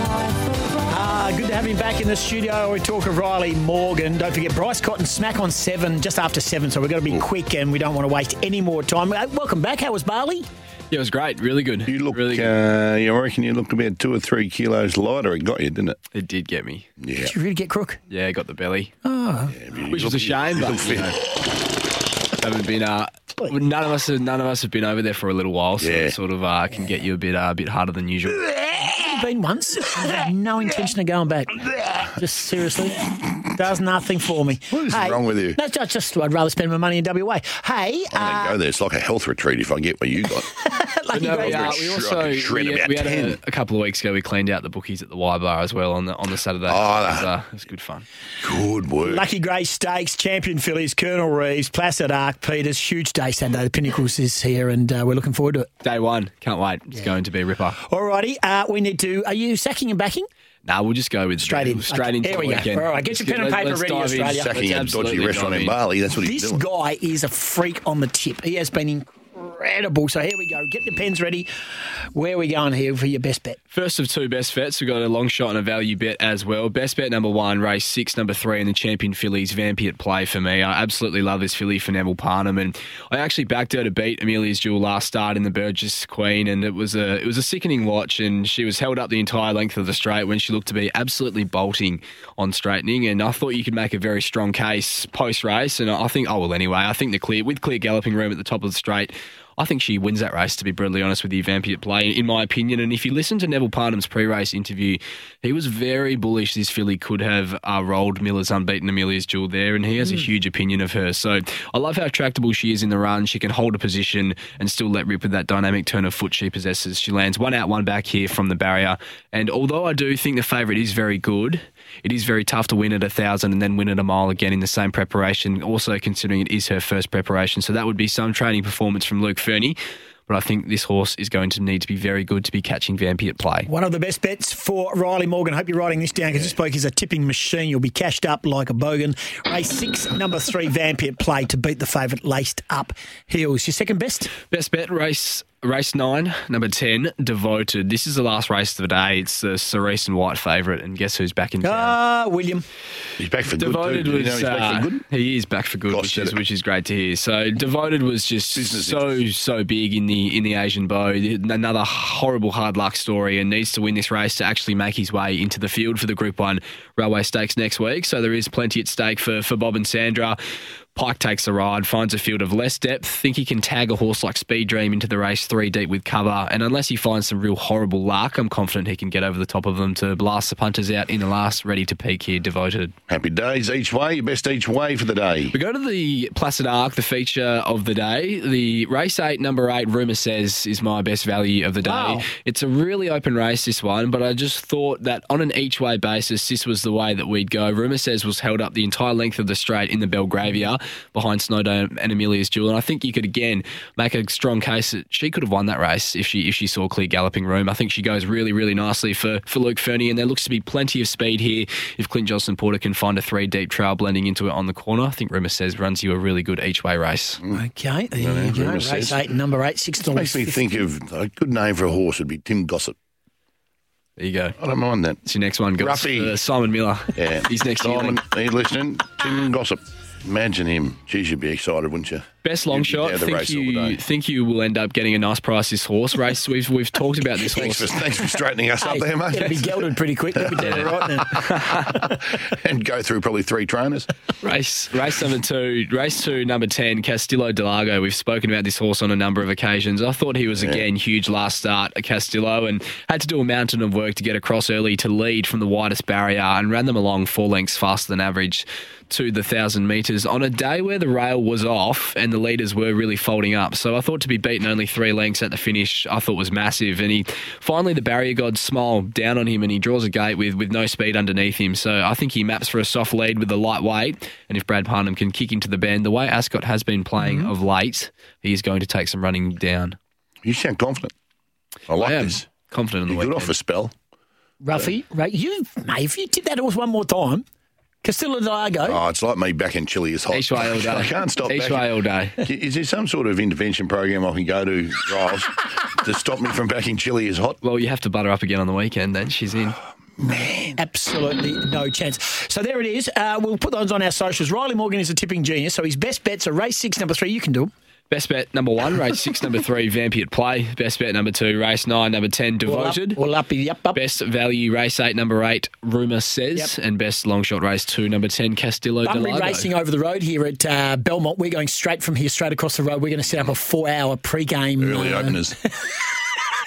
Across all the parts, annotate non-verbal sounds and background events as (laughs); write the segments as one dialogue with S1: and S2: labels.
S1: Uh, good to have him back in the studio. We talk of Riley Morgan. Don't forget Bryce Cotton smack on seven, just after seven. So we've got to be quick, and we don't want to waste any more time. Uh, welcome back. How was Barley?
S2: Yeah, it was great. Really good.
S3: You look,
S2: really good.
S3: uh, you reckon you looked about two or three kilos lighter. It got you, didn't it?
S2: It did get me.
S3: Yeah.
S1: Did you really get crook?
S2: Yeah, it got the belly,
S3: Yeah, but you
S2: which was a
S3: look-
S2: shame.
S3: you
S2: But
S3: look
S2: you
S3: fit.
S2: know, haven't been. Uh, none of us. Have, none of us have been over there for a little while, so
S3: Yeah.
S2: it sort of uh, can get you a bit, uh, a bit harder than usual.
S1: You've been once. I have no intention of going back. Just seriously, does nothing for me.
S3: What is wrong with you?
S1: No, I just I'd rather spend my money in WA. Hey,
S3: I
S1: uh,
S3: don't go there. It's like a health retreat if I get what
S2: (laughs)
S3: you got.
S1: lucky
S2: No, we,
S1: break.
S2: uh,
S3: Shred-
S2: we also
S3: I could shred
S2: we,
S3: about
S2: we had
S3: 10.
S2: a, a couple of weeks ago. We cleaned out the bookies at the Y Bar as well on the on the Saturday.
S3: Oh,
S2: it, was,
S3: that-
S2: uh, it was good fun.
S3: Good work.
S1: Lucky Grey Stakes, Champion Phillies, Colonel Reeves, Placid Arc, Peters, huge day Sunday. The Pinnacles is here, and uh, we're looking forward to it.
S2: Day one, can't wait. It's going to be a ripper.
S1: Alrighty, uh, we need to. Are you sacking and backing?
S2: Nah, we'll just go with
S1: Straight in.
S2: Straight
S1: Okay,
S2: into
S1: here
S2: the
S1: we go.
S2: weekend.
S1: All right, get your
S2: Let's
S1: pen and
S2: get-
S1: paper
S2: let's
S1: ready,
S2: dive in.
S1: Australia.
S2: Let's
S3: Sacking a dodgy
S2: absolutely
S3: restaurant
S2: dive
S3: in Bali. That's what he's
S1: This
S3: doing.
S1: guy is a freak on the tip. He has been incredible. So here we go. Get the pens ready. Where are we going here for your best bet?
S2: First of two best bets, we've got a long shot and a value bet as well. Best bet number one, race six, number three, and the champion fillies, Vampy at play for me. I absolutely love this filly for Neville Parnham, and I actually backed her to beat Amelia's Jewel last start in the Burgess Queen, and it was a it was a sickening watch, and she was held up the entire length of the straight when she looked to be absolutely bolting on straightening, and I thought you could make a very strong case post race, and I think I will anyway. I think the clear with clear galloping room at the top of the straight. I think she wins that race, to be brutally honest with you, Vampy at play, in my opinion. And if you listen to Neville Parnham's pre race interview, he was very bullish this filly could have uh, rolled Miller's unbeaten Amelia's jewel there, and he has a huge opinion of her. So I love how tractable she is in the run. She can hold a position and still let rip with that dynamic turn of foot she possesses. She lands one out, one back here from the barrier. And although I do think the favourite is very good, it is very tough to win at a thousand and then win at a mile again in the same preparation. Also considering it is her first preparation, so that would be some training performance from Luke Fernie. But I think this horse is going to need to be very good to be catching Vampy at play.
S1: One of the best bets for Riley Morgan. Hope you're writing this down because this bloke is a tipping machine. You'll be cashed up like a bogan. Race six, number three, Vampire play to beat the favourite, Laced Up Heels. Your second best?
S2: Best bet race race nine, number ten, devoted. This is the last race of the day. It's the Cerise and White favourite, and guess who's back in town?
S1: Ah, William.
S3: He's back for good.
S2: Devoted
S3: too. You know
S2: was
S3: he's back for
S2: uh,
S3: good.
S2: he is back for good,
S3: Gosh,
S2: which
S3: said
S2: is
S3: it.
S2: which is great to hear. So devoted was just
S3: Business
S2: so so big in the in the Asian bow. Another horrible hard luck story, and needs to win this race to actually make his way into the field for the Group One Railway Stakes next week. So there is plenty at stake for for Bob and Sandra. Pike takes the ride, finds a field of less depth. Think he can tag a horse like Speed Dream into the race three deep with cover, and unless he finds some real horrible luck, I'm confident he can get over the top of them to blast the punters out in the last, ready to peak here. Devoted.
S3: Happy days each way. Your best each way for the day.
S2: We go to the Placid Arc, the feature of the day. The race eight, number eight, rumour says is my best value of the day.
S1: Wow.
S2: It's a really open race, this one, but I just thought that on an each way basis, this was the way that we'd go. Rumour says was held up the entire length of the straight in the Belgravia behind Snowdome and Amelia's Jewel. And I think you could, again, make a strong case that she could have won that race if she if she saw clear galloping room. I think she goes really, really nicely for, for Luke Fernie, and there looks to be plenty of speed here if Clint Johnson Porter can find a three deep trail blending into it on the corner. I think Rumour says runs you a really good each way race.
S1: Okay, there you go.
S3: Hmm. William
S1: Race
S3: says.
S1: eight, number eight, six
S3: It
S1: dollars.
S2: (laughs)
S3: makes me think of a good name for a horse would be Tim Gossip.
S2: There you go.
S3: I don't mind that.
S2: It's your next one, guys.
S3: Ruffy.
S2: Uh, Simon Miller.
S3: Yeah.
S2: He's next year.
S3: Simon, are you listening? Tim Gossip. Imagine him. Geez, you'd be excited, wouldn't you?
S2: Best long
S3: You'd be
S2: shot.
S3: down the
S2: Think
S3: race all
S2: you
S3: day.
S2: think you will end up getting a nice price this horse race. We've we've talked about this
S3: (laughs) Thanks
S2: horse.
S3: for, thanks for straightening us up there,
S1: It'll be
S3: mate.
S1: gelded pretty quick. It'll be down right now.
S3: (laughs) and go through probably three trainers.
S2: Race race number two, race two, number ten, Castillo Delago. We've spoken about this horse on a number of occasions. I thought he was again huge last start at Castillo and had to do a mountain of work to get across early to lead from the widest barrier and ran them along four lengths faster than average to the thousand metres on a day where the rail was off and the the leaders were really folding up. So I thought to be beaten only three lengths at the finish, I thought was massive. And he finally the barrier gods smile down on him and he draws a gate with with no speed underneath him. So I think he maps for a soft lead with a light weight. And if Brad Parnham can kick into the bend, the way Ascot has been playing
S3: Mm-hmm.
S2: of late, he is going to take some running down.
S3: You sound confident. I like
S2: I am
S3: this.
S2: confident in the
S3: You're good
S2: weekend.
S3: off a spell.
S1: Ruffy, right, you, mate, if you did that horse one more time, Castillo de Largo,
S3: Oh, it's like me back in Chile is hot.
S2: Each way all day.
S3: (laughs) I can't stop
S2: Each
S3: back.
S2: way all day.
S3: Is there some sort of intervention program I can go to, Riles, to stop me from backing Chile is hot?
S2: Well, you have to butter up again on the weekend. Then she's in.
S1: absolutely no chance. So there it is. Uh, we'll put those on our socials. Riley Morgan is a tipping genius, so his best bets are race six, number three. You can do them.
S2: Best bet number one, race six, number three, Vampy at play. Best bet number two, race nine, number ten, devoted.
S1: All up, all up, up, up.
S2: Best value race eight, number eight, Rumour says, and best long shot race two, number ten, Castillo de
S1: Bunbury
S2: Largo.
S1: racing over the road here at uh, Belmont. We're going straight from here, straight across the road. We're going to set up a four-hour pre-game.
S3: Early
S1: uh,
S3: openers.
S1: (laughs)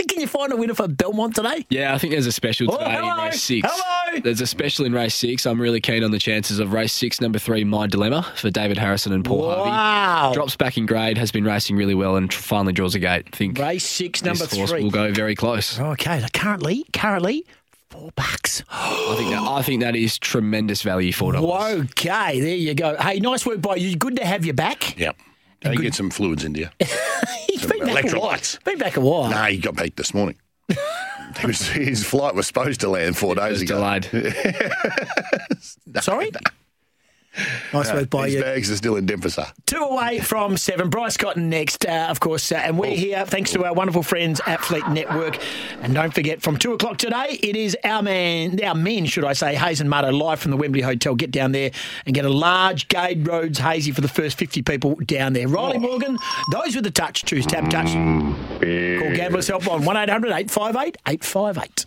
S1: Can you find a winner for Belmont today?
S2: Yeah, I think there's a special
S1: Oh,
S2: today in
S1: hello.
S2: race six.
S1: Hello.
S2: There's a special in race six. I'm really keen on the chances of race six, number three, My Dilemma for David Harrison and Paul Harvey.
S1: Wow.
S2: Drops back in grade, has been racing really well, and tr- finally draws a gate. I think
S1: Race six,
S2: this
S1: number
S2: horse
S1: three.
S2: will go very close.
S1: Okay, so currently, currently, four bucks.
S2: I think that, I think that is tremendous value for dollars.
S1: Okay, there you go. Hey, nice work by you. Good to have you back. (laughs)
S3: yep. Go get some fluids into you.
S1: He's been back a while.
S3: Electrolytes.
S1: Been back a while.
S3: Nah, he got beat this
S2: (laughs)
S3: morning. he was, his flight was supposed to land four days
S2: It's
S3: ago.
S2: delayed.
S1: Sorry. Nice work by
S3: His
S1: you.
S3: bags are still in Denver, sir.
S1: Two away from seven. Bryce Cotton next, uh, of course. Uh, and we're here thanks to our wonderful friends at Fleet Network. And don't forget, from two o'clock today, it is our man, our men, should I say, Hayes and Mutto, live from the Wembley Hotel. Get down there and get a large Gade Roads hazy for the first 50 people down there. Riley Morgan, those with the touch, choose Tap Touch. Call Gamblers Help on 1800 858 858.